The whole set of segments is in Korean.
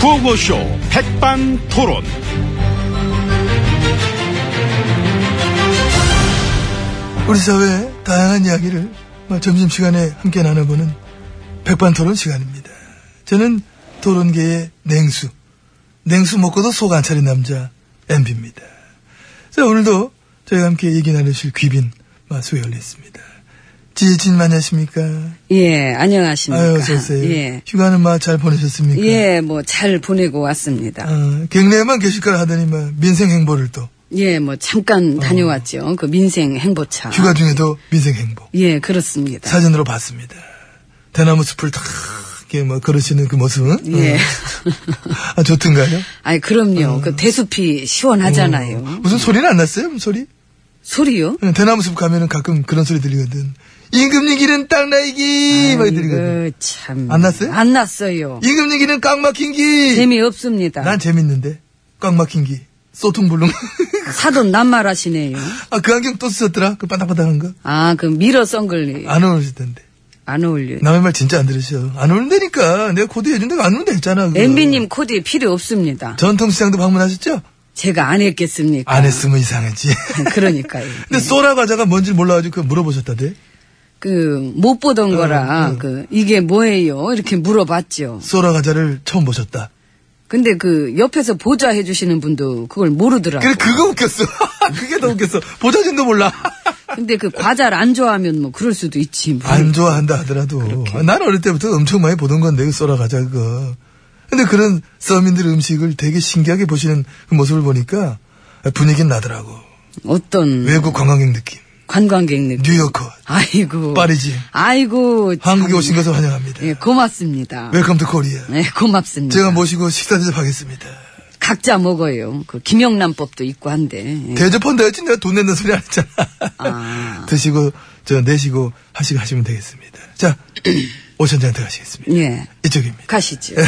구호쇼 백반토론. 우리 사회의 다양한 이야기를 뭐 점심시간에 함께 나눠보는 백반토론 시간입니다. 저는 토론계의 냉수, 냉수 먹고도 속 안 차린 남자 MB입니다. 자, 오늘도 저희와 함께 얘기 나누실 귀빈 소개를 했습니다. 지혜진 안녕하십니까? 예, 안녕하십니까. 아유, 그러니까. 어서오세요. 예. 휴가는 막 잘 보내셨습니까? 예, 뭐 잘 보내고 왔습니다. 어, 경례에만 계실 거라 하더니 뭐 민생 행보를 또 예, 뭐 잠깐 다녀왔죠. 그 민생 행보차. 어. 휴가 중에도 민생 행보 예, 그렇습니다. 네. 사진으로 봤습니다. 대나무 숲을 탁 이렇게 뭐 걸으시는 그 모습은 예. 어. 아, 좋던가요? 아니, 그럼요. 그 대숲이 시원하잖아요. 어, 무슨 소리는 안 났어요? 무슨 소리? 소리요? 응, 대나무 숲 가면은 가끔 그런 소리 들리거든. 임금님 길은 땅 나이기 막 들리거든. 아이고, 참. 안 났어요? 안 났어요. 임금님 길은 꽉 막힌 기. 재미없습니다. 난 재밌는데 꽉 막힌 기. 소퉁불능. 사돈 낱말하시네요. 아, 그 안경 또 쓰셨더라? 그 반딱반딱한 거? 아, 그 미러 썬글리. 안 어울리실 텐데. 안 어울려요. 남의 말 진짜 안 들으셔. 안 어울린다니까. 내가 코드 해준다고 안 어울린다 했잖아. 그거. 엠비님 코디 필요 없습니다. 전통시장도 방문하셨죠? 제가 안 했겠습니까? 안 했으면 이상했지. 그러니까요. 근데 소라 과자가 뭔지 몰라가지고 그거 물어보셨다대. 그 못 음, 보던 거라 그 이게 뭐예요? 이렇게 물어봤죠. 소라 과자를 처음 보셨다. 근데 그 옆에서 보자 해주시는 분도 그걸 모르더라고. 그래, 그거 웃겼어. 그게 더 웃겼어. 보자진도 몰라. 근데 그 과자를 안 좋아하면 뭐 그럴 수도 있지. 뭐. 안 좋아한다 하더라도. 아, 난 어릴 때부터 엄청 많이 보던 건데, 그 소라 과자 그거. 근데 그런 서민들 음식을 되게 신기하게 보시는 그 모습을 보니까 분위기는 나더라고. 어떤 외국 관광객 느낌. 관광객 느낌. 뉴요커, 아이고. 파리지. 아이고. 참. 한국에 오신 것을 환영합니다. 예, 고맙습니다. 웰컴 투 코리아. 네, 고맙습니다. 제가 뭐 모시고 식사 대접하겠습니다. 각자 먹어요. 그 김영란법도 있고 한데. 예. 음. 대접한다 했지 내가 돈 낸다는 소리 안 했잖아. 아. 드시고, 저 내시고, 하시고 하시면 되겠습니다. 자, 오천장한테 가시겠습니다. 예. 이쪽입니다. 가시죠. 예.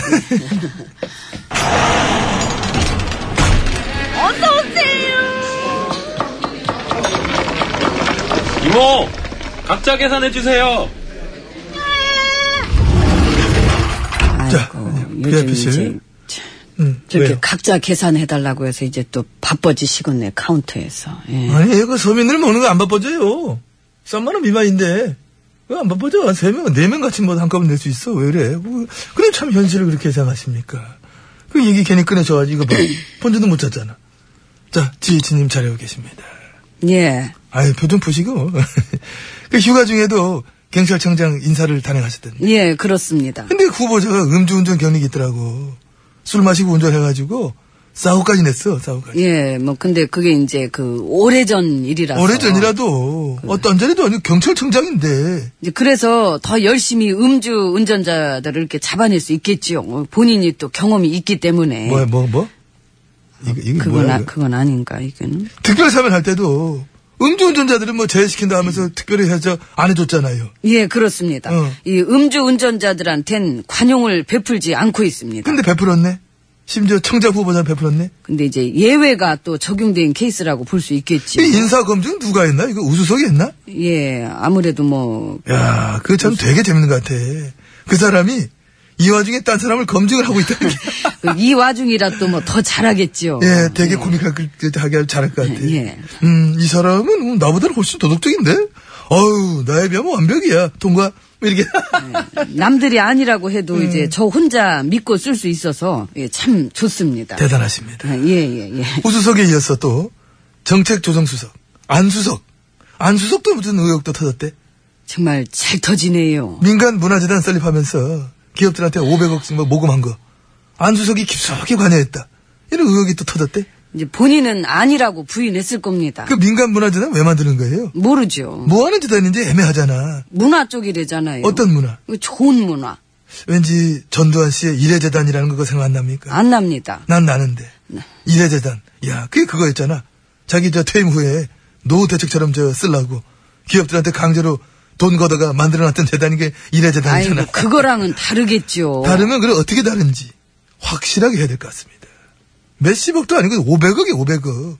이모, 각자 계산해 주세요. 자, 아이고. 그 요즘 앞에 실. 이제 음, 저렇게 왜요? 각자 계산해달라고 해서 이제 또 바빠지시겠네 카운터에서. 예. 아니, 이거 서민들 먹는 거 안 바빠져요. 3만원 미만인데. 그거 안 바빠져. 세 명, 네 명 같이 뭐 한꺼번에 낼 수 있어. 왜 그래? 그- 그래, 참 현실을 그렇게 생각하십니까? 그 얘기 괜히 꺼내줘가지고, 이거 봐. 본전도 못 잤잖아. 자, 지혜진님 잘하고 계십니다. 예. 아유, 표정 푸시고. 그 휴가 중에도 경찰청장 인사를 단행하셨던데. 예, 그렇습니다. 근데 그 후보자가 음주운전 경력이 있더라고. 술 마시고 운전해가지고 싸우까지 냈어, 싸우까지. 예, 뭐 근데 그게 이제 그 오래전 일이라서. 오래전이라도 네. 어떤 전에도 아니고 경찰청장인데 이제 그래서 더 열심히 음주 운전자들을 이렇게 잡아낼 수 있겠지요. 어, 본인이 또 경험이 있기 때문에. 뭐야 뭐 뭐? 이거 이거 네. 그건 뭐야? 아, 이거? 그건 아닌가 이거는. 특별 사면 할 때도 음주운전자들은 뭐 제외시킨다 하면서 특별히 해서 안 해줬잖아요. 예, 그렇습니다. 어. 이 음주 운전자들한텐 관용을 베풀지 않고 있습니다. 근데 베풀었네. 심지어 청장 후보자는 베풀었네. 근데 이제 예외가 또 적용된 케이스라고 볼 수 이 있겠지. 인사 검증 누가 했나? 이거 우수석이 했나? 예, 아무래도 뭐 야, 그거 참 되게 재밌는 것 같아. 그 사람이 이 와중에 딴 사람을 검증을 하고 있다는 게. 그이 와중이라 또 뭐 더 잘하겠지요. 예, 되게 코믹하게 하게 잘할 것 같아. 음, 예. 음, 이 사람은 나보다 는 훨씬 도덕적인데? 어우, 나에 비하면 완벽이야. 통과. 뭐 이렇게. 예. 남들이 아니라고 음. 해도 이제 저 혼자 믿고 쓸 수 있어서 예, 참 좋습니다. 대단하십니다. 예, 예, 예. 우수석에 이어서 또 정책조정수석, 안수석. 안수석도 무슨 의혹도 터졌대. 정말 잘 터지네요. 민간 문화재단 설립하면서 기업들한테 500억씩 뭐 모금한 거. 안수석이 깊숙이 관여했다. 이런 의혹이 또 터졌대. 이제 본인은 아니라고 부인했을 겁니다. 그 민간 문화재단 왜 만드는 거예요? 모르죠. 뭐 하는 재단인지 애매하잖아. 문화 쪽이래잖아요. 어떤 문화? 이거 좋은 문화. 왠지 전두환 씨의 이래재단이라는 그거 생각 안 납니까? 안 납니다. 난 나는데. 이래재단. 야, 그게 그거였잖아. 자기 저 퇴임 후에 노후 대책처럼 저 쓰려고 기업들한테 강제로 돈 걷어가 만들어놨던 재단인 게 이래재단이잖아. 아이고, 그거랑은 다르겠죠. 다르면 그걸 어떻게 다른지 확실하게 해야 될 것 같습니다. 몇십억도 아니고 500억이 500억.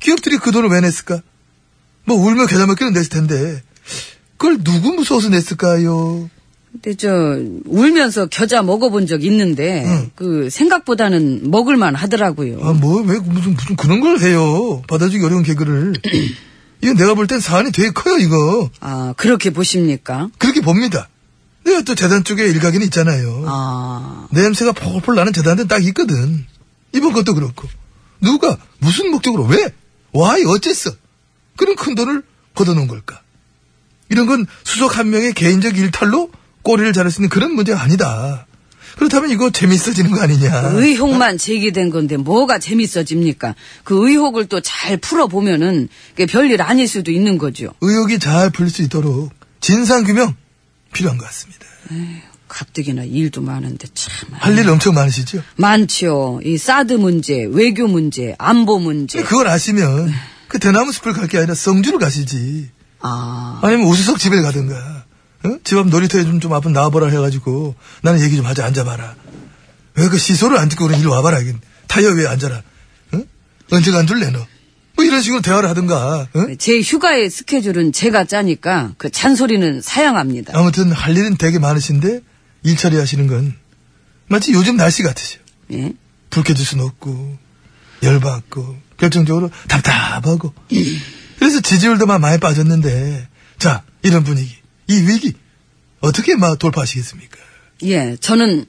기업들이 그 돈을 왜 냈을까? 뭐 울며 겨자 먹기는 냈을 텐데 그걸 누구 무서워서 냈을까요? 근데 저 울면서 겨자 먹어본 적 있는데 음. 그 생각보다는 먹을만 하더라고요. 아, 뭐, 왜, 무슨, 무슨 그런 걸 해요. 받아주기 어려운 개그를. 이건 내가 볼 땐 사안이 되게 커요, 이거. 아 그렇게 보십니까? 그렇게 봅니다. 내가 또 재단 쪽에 일각에는 있잖아요. 아 냄새가 폴폴 나는 재단은 딱 있거든. 이번 것도 그렇고. 누가, 무슨 목적으로, 왜? 와이, 어쨌어? 그런 큰 돈을 걷어놓은 걸까? 이런 건 수석 한 명의 개인적 일탈로 꼬리를 자를 수 있는 그런 문제가 아니다. 그렇다면 이거 재밌어지는 거 아니냐. 의혹만 제기된 건데 뭐가 재밌어집니까? 그 의혹을 또 잘 풀어보면은 그게 별일 아닐 수도 있는 거죠. 의혹이 잘 풀릴 수 있도록 진상규명 필요한 것 같습니다. 가뜩이나 일도 많은데 참. 할 일 엄청 많으시죠? 많지요. 이 사드 문제, 외교 문제, 안보 문제. 근데 그걸 아시면 그 대나무 숲을 갈 게 아니라 성주를 가시지. 아, 아니면 우수석 집에 가든가. 집 앞 놀이터에 좀, 좀 앞은 나와보라 해가지고 나는 얘기 좀 하자 앉아봐라. 왜 그 시소를 안 듣고 그냥 일로 와봐라. 이건. 타이어 위에 앉아라. 응? 언제 간줄래 너? 뭐 이런 식으로 대화를 하든가. 응? 제 휴가의 스케줄은 제가 짜니까 그 잔소리는 사양합니다. 아무튼 할 일은 되게 많으신데 일 처리하시는 건 마치 요즘 날씨 같으셔. 예? 불쾌질 수는 없고 열받고 결정적으로 답답하고 그래서 지지율도 막 많이 빠졌는데 자 이런 분위기 이 위기 어떻게 막 돌파하시겠습니까? 예, 저는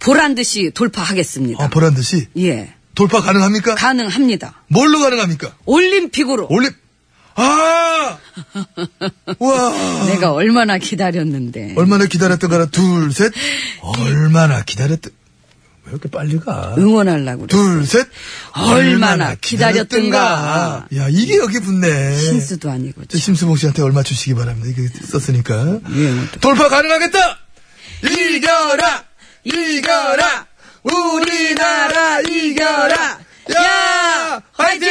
보란 듯이 돌파하겠습니다. 아, 보란 듯이 예, 돌파 가능합니까? 가능합니다. 뭘로 가능합니까? 올림픽으로 올림 아 와. 내가 얼마나 기다렸는데. 얼마나 기다렸던가라 둘셋 얼마나 기다렸던 왜 이렇게 빨리 가? 응원하려고 그래. 둘 셋 얼마나 기다렸던가. 야 이게 여기 붙네. 신수도 아니고. 저 심수봉 씨한테 얼마 주시기 바랍니다. 이게 썼으니까. 예, 돌파 가능하겠다! 이겨라! 이겨라! 우리나라 이겨라! 야! 화이팅!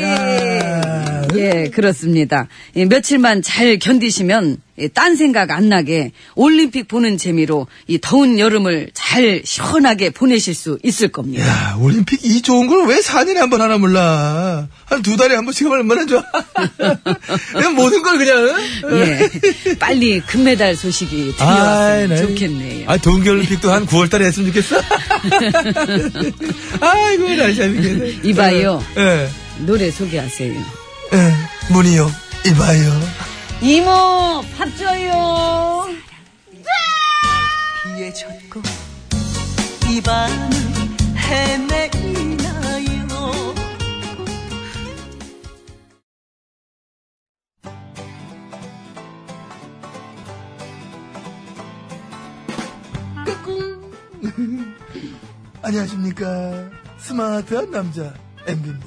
야. 예, 그렇습니다. 예, 며칠만 잘 견디시면 예, 딴 생각 안 나게 올림픽 보는 재미로 이 더운 여름을 잘 시원하게 보내실 수 있을 겁니다. 야, 올림픽 이 좋은 걸 왜 4년에 한 번 하나 몰라? 한 두 달에 한 번씩 하면 얼마나 좋아? 그냥 모든 걸 그냥. 어? 예, 빨리 금메달 소식이 아이, 들려왔으면 나- 좋겠네요. 아, 동계올림픽도 한 9월달에 했으면 좋겠어. 아이고, 날씨 재밌겠네. 이봐요. 예. 노래 소개하세요. 예. 문이요. 이봐요. 이모 밥 줘요. 비에 젖고 이 밤을 헤매나요 안녕하십니까. 스마트한 남자, MB입니다.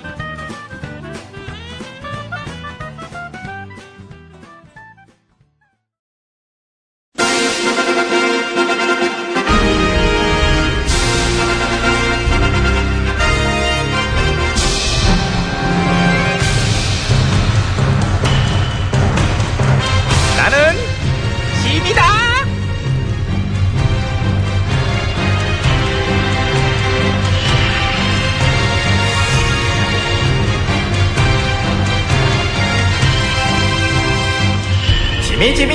나는 짐이다. 지미 지미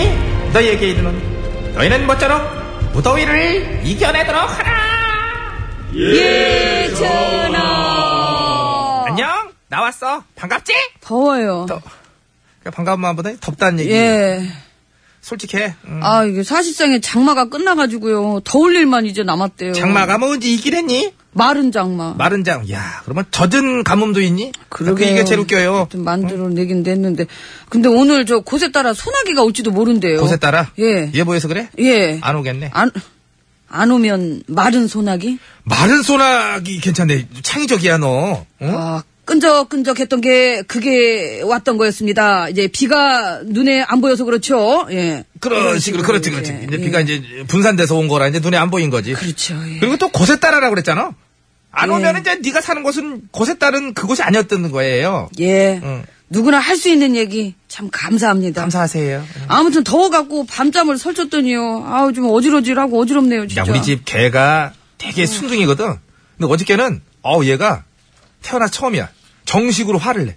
너희에게 이르노니 너희는 모쪼록 무더위를 이겨내도록 하라 예전아 안녕 나왔어 반갑지? 더워요. 더 그냥 반가운 마음보다 덥다는 얘기 예. 솔직해 음. 아, 이게 사실상에 장마가 끝나가지고요. 더울 일만 이제 남았대요. 장마가 뭔지 이기랬니? 마른 장마. 마른 장. 야, 그러면 젖은 가뭄도 있니? 그러게요. 게 아, 그러니까 제일 웃겨요. 하여튼 음. 만들어내긴 냈는데. 근데 오늘 저 곳에 따라 소나기가 올지도 모른대요. 곳에 따라. 아. 예. 예보해서 그래? 예. 안 오겠네. 안, 안 오면 마른 소나기? 마른 소나기 괜찮네. 창의적이야 너. 응? 아, 끈적끈적했던 게 그게 왔던 거였습니다. 이제 비가 눈에 안 보여서 그렇죠. 예. 그렇지, 그렇지, 그렇지, 그렇지. 예, 이제 예. 비가 이제 분산돼서 온 거라 이제 눈에 안 보인 거지. 그렇죠. 예. 그리고 또 곳에 따라라고 그랬잖아. 안 예. 오면 이제 네가 사는 곳은 곳에 따른 그곳이 아니었던 거예요. 예. 응. 누구나 할 수 있는 얘기 참 감사합니다. 감사하세요. 아무튼 더워갖고 밤잠을 설쳤더니요. 아우 좀 어지러지라고 어지럽네요 진짜. 야, 우리 집 개가 되게 예. 순둥이거든. 근데 어저께는 어우 얘가 태어나 처음이야. 정식으로 화를 내.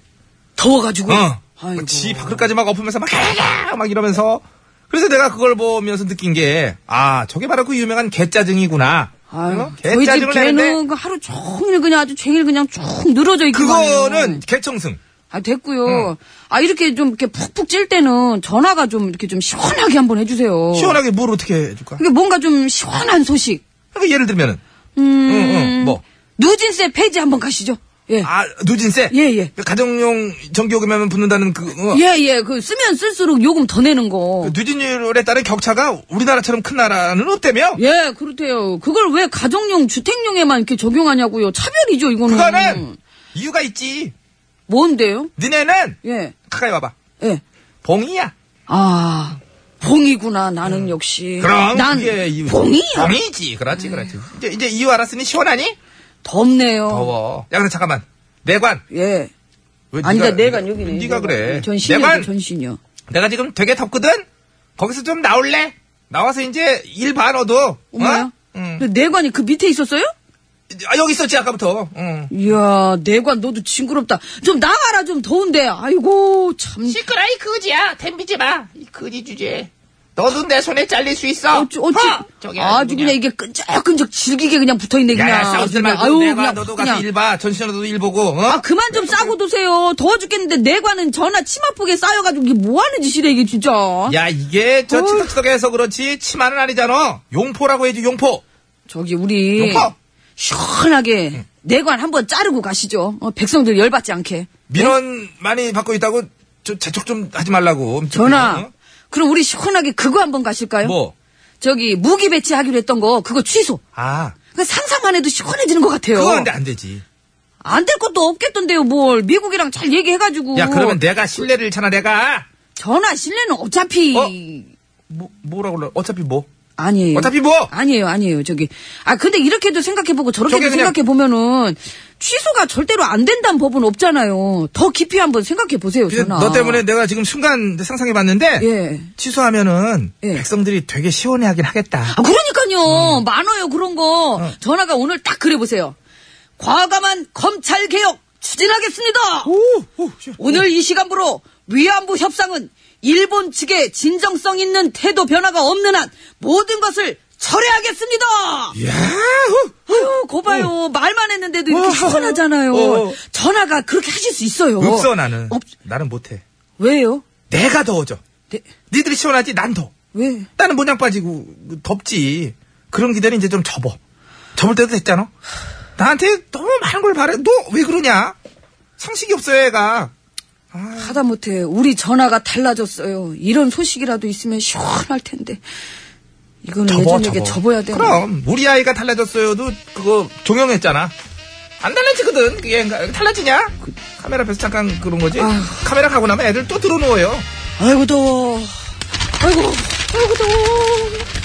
더워가지고. 어. 아이고. 지 밖을까지 막 엎으면서 막, 야야! 막 이러면서. 그래서 내가 그걸 보면서 느낀 게, 아, 저게 바로 그 유명한 개짜증이구나. 아유, 어? 저희 집 개짜증을 내는데, 개는 그 하루 종일 그냥 아주 종일 그냥 쭉 늘어져 있고. 그거는 개청승. 아 됐고요. 아 이렇게 좀 이렇게 푹푹 찔 때는 전화가 좀 이렇게 좀 시원하게 한번 해주세요. 시원하게 뭘 어떻게 해줄까? 그게 뭔가 좀 시원한 소식. 그러니까 예를 들면은, 음. 응, 응, 뭐. 누진세 폐지 한번 가시죠. 예. 아, 누진세? 예, 예. 그 가정용 전기요금에만 붙는다는 그, 어. 예, 예. 그 쓰면 쓸수록 요금 더 내는 거. 그 누진율에 따른 격차가 우리나라처럼 큰 나라는 없다며? 예, 그렇대요. 그걸 왜 가정용, 주택용에만 이렇게 적용하냐고요. 차별이죠, 이거는. 음. 그거는 이유가 있지. 뭔데요? 니네는 예, 가까이 와봐. 예. 봉이야. 아, 봉이구나, 나는 역시. 네. 그럼 난 그게 이유. 봉이야. 봉이지. 그렇지, 그렇지. 이제 이제 이유 알았으니 시원하니? 덥네요. 더워. 야, 근데 잠깐만. 내관. 예. 왜 아니다, 네가- 내가 여기네. 네가 그러니까 그래. 전신이요, 내관. 어? 전신이요. 내가 지금 되게 덥거든. 거기서 좀 나올래. 나와서 이제 일반 얻어. 어머야. 어? 응. 근데 내관이 그 밑에 있었어요? 아, 여기 있었지 아까부터. 응. 이야, 내관 너도 징그럽다. 좀 나가라, 좀 더운데. 아이고, 참. 시끄라이 거지야 덤비지 마이 거지 주제 너도 내 손에 잘릴 수 있어. 어찌, 어찌. 저기 아주 아주 그냥 이게 끈적끈적 질기게 그냥 붙어있네, 그냥. 야야 싸우지 정말. 말고 아유, 내가 그냥, 너도 가서 그냥. 일 봐. 전신으로 너도 일 보고. 어? 아 그만 좀 싸고 도세요. 더워 죽겠는데 내관은 전화 치마폭에 쌓여가지고 이게 뭐하는 짓이래 이게 진짜. 야 이게 저 어휴. 치덕치덕해서 그렇지 치마는 아니잖아. 용포라고 해야지 용포. 저기 우리 용포. 시원하게 내관 한번 자르고 가시죠. 어, 백성들 열받지 않게. 민원 네? 많이 받고 있다고 저 재촉 좀 하지 말라고. 전화. 어? 그럼 우리 시원하게 그거 한번 가실까요? 뭐? 저기 무기 배치하기로 했던 거 그거 취소. 아 그 상상만 해도 시원해지는 것 같아요. 그건 근데 안 되지. 안 될 것도 없겠던데요, 뭘. 미국이랑 잘 얘기해가지고. 야 그러면 내가 신뢰를 잃잖아 내가. 전화 신뢰는 어차피. 어? 뭐 뭐라고 그래? 어차피 뭐? 아니에요. 어차피 뭐? 아니에요, 아니에요. 저기. 아, 근데 이렇게도 생각해보고 저렇게도 저게 그냥- 생각해보면은 취소가 절대로 안 된다는 법은 없잖아요. 더 깊이 한번 생각해보세요, 근데 전화. 너 때문에 내가 지금 순간 상상해봤는데 예. 취소하면은 예. 백성들이 되게 시원해하긴 하겠다. 아, 그러니까요. 많아요, 그런 거. 전화가 오늘 딱 그래보세요. 과감한 검찰개혁 추진하겠습니다! 오, 오, 시원. 오늘 이 시간부로 위안부 협상은 일본 측의 진정성 있는 태도 변화가 없는 한 모든 것을 철회하겠습니다! 야, 후. 아유, 거 봐요. 말만 했는데도 이렇게 어. 시원하잖아요. 어. 전화가 그렇게 하실 수 있어요. 없어 나는. 없- 나는 못해. 왜요? 내가 더워져. 네, 니들이 시원하지 난 더. 왜? 나는 모양 빠지고 그 덥지. 그런 기대는 이제 좀 접어. 접을 때도 됐잖아. 나한테 너무 많은 걸 바래. 너 왜 그러냐? 상식이 없어요, 애가. 아, 하다못해 우리 전화가 달라졌어요. 이런 소식이라도 있으면 시원할 텐데. 이거는 예전에게 접어야 되나? 그럼 우리 아이가 달라졌어요도 그거 종용했잖아. 안 달라지거든. 그게 그러니까 달라지냐? 카메라 앞에서 잠깐 그런 거지. 아. 카메라 가고 나면 애들 또 들어놓아요. 아이고 더워. 아이고, 아이고 더워.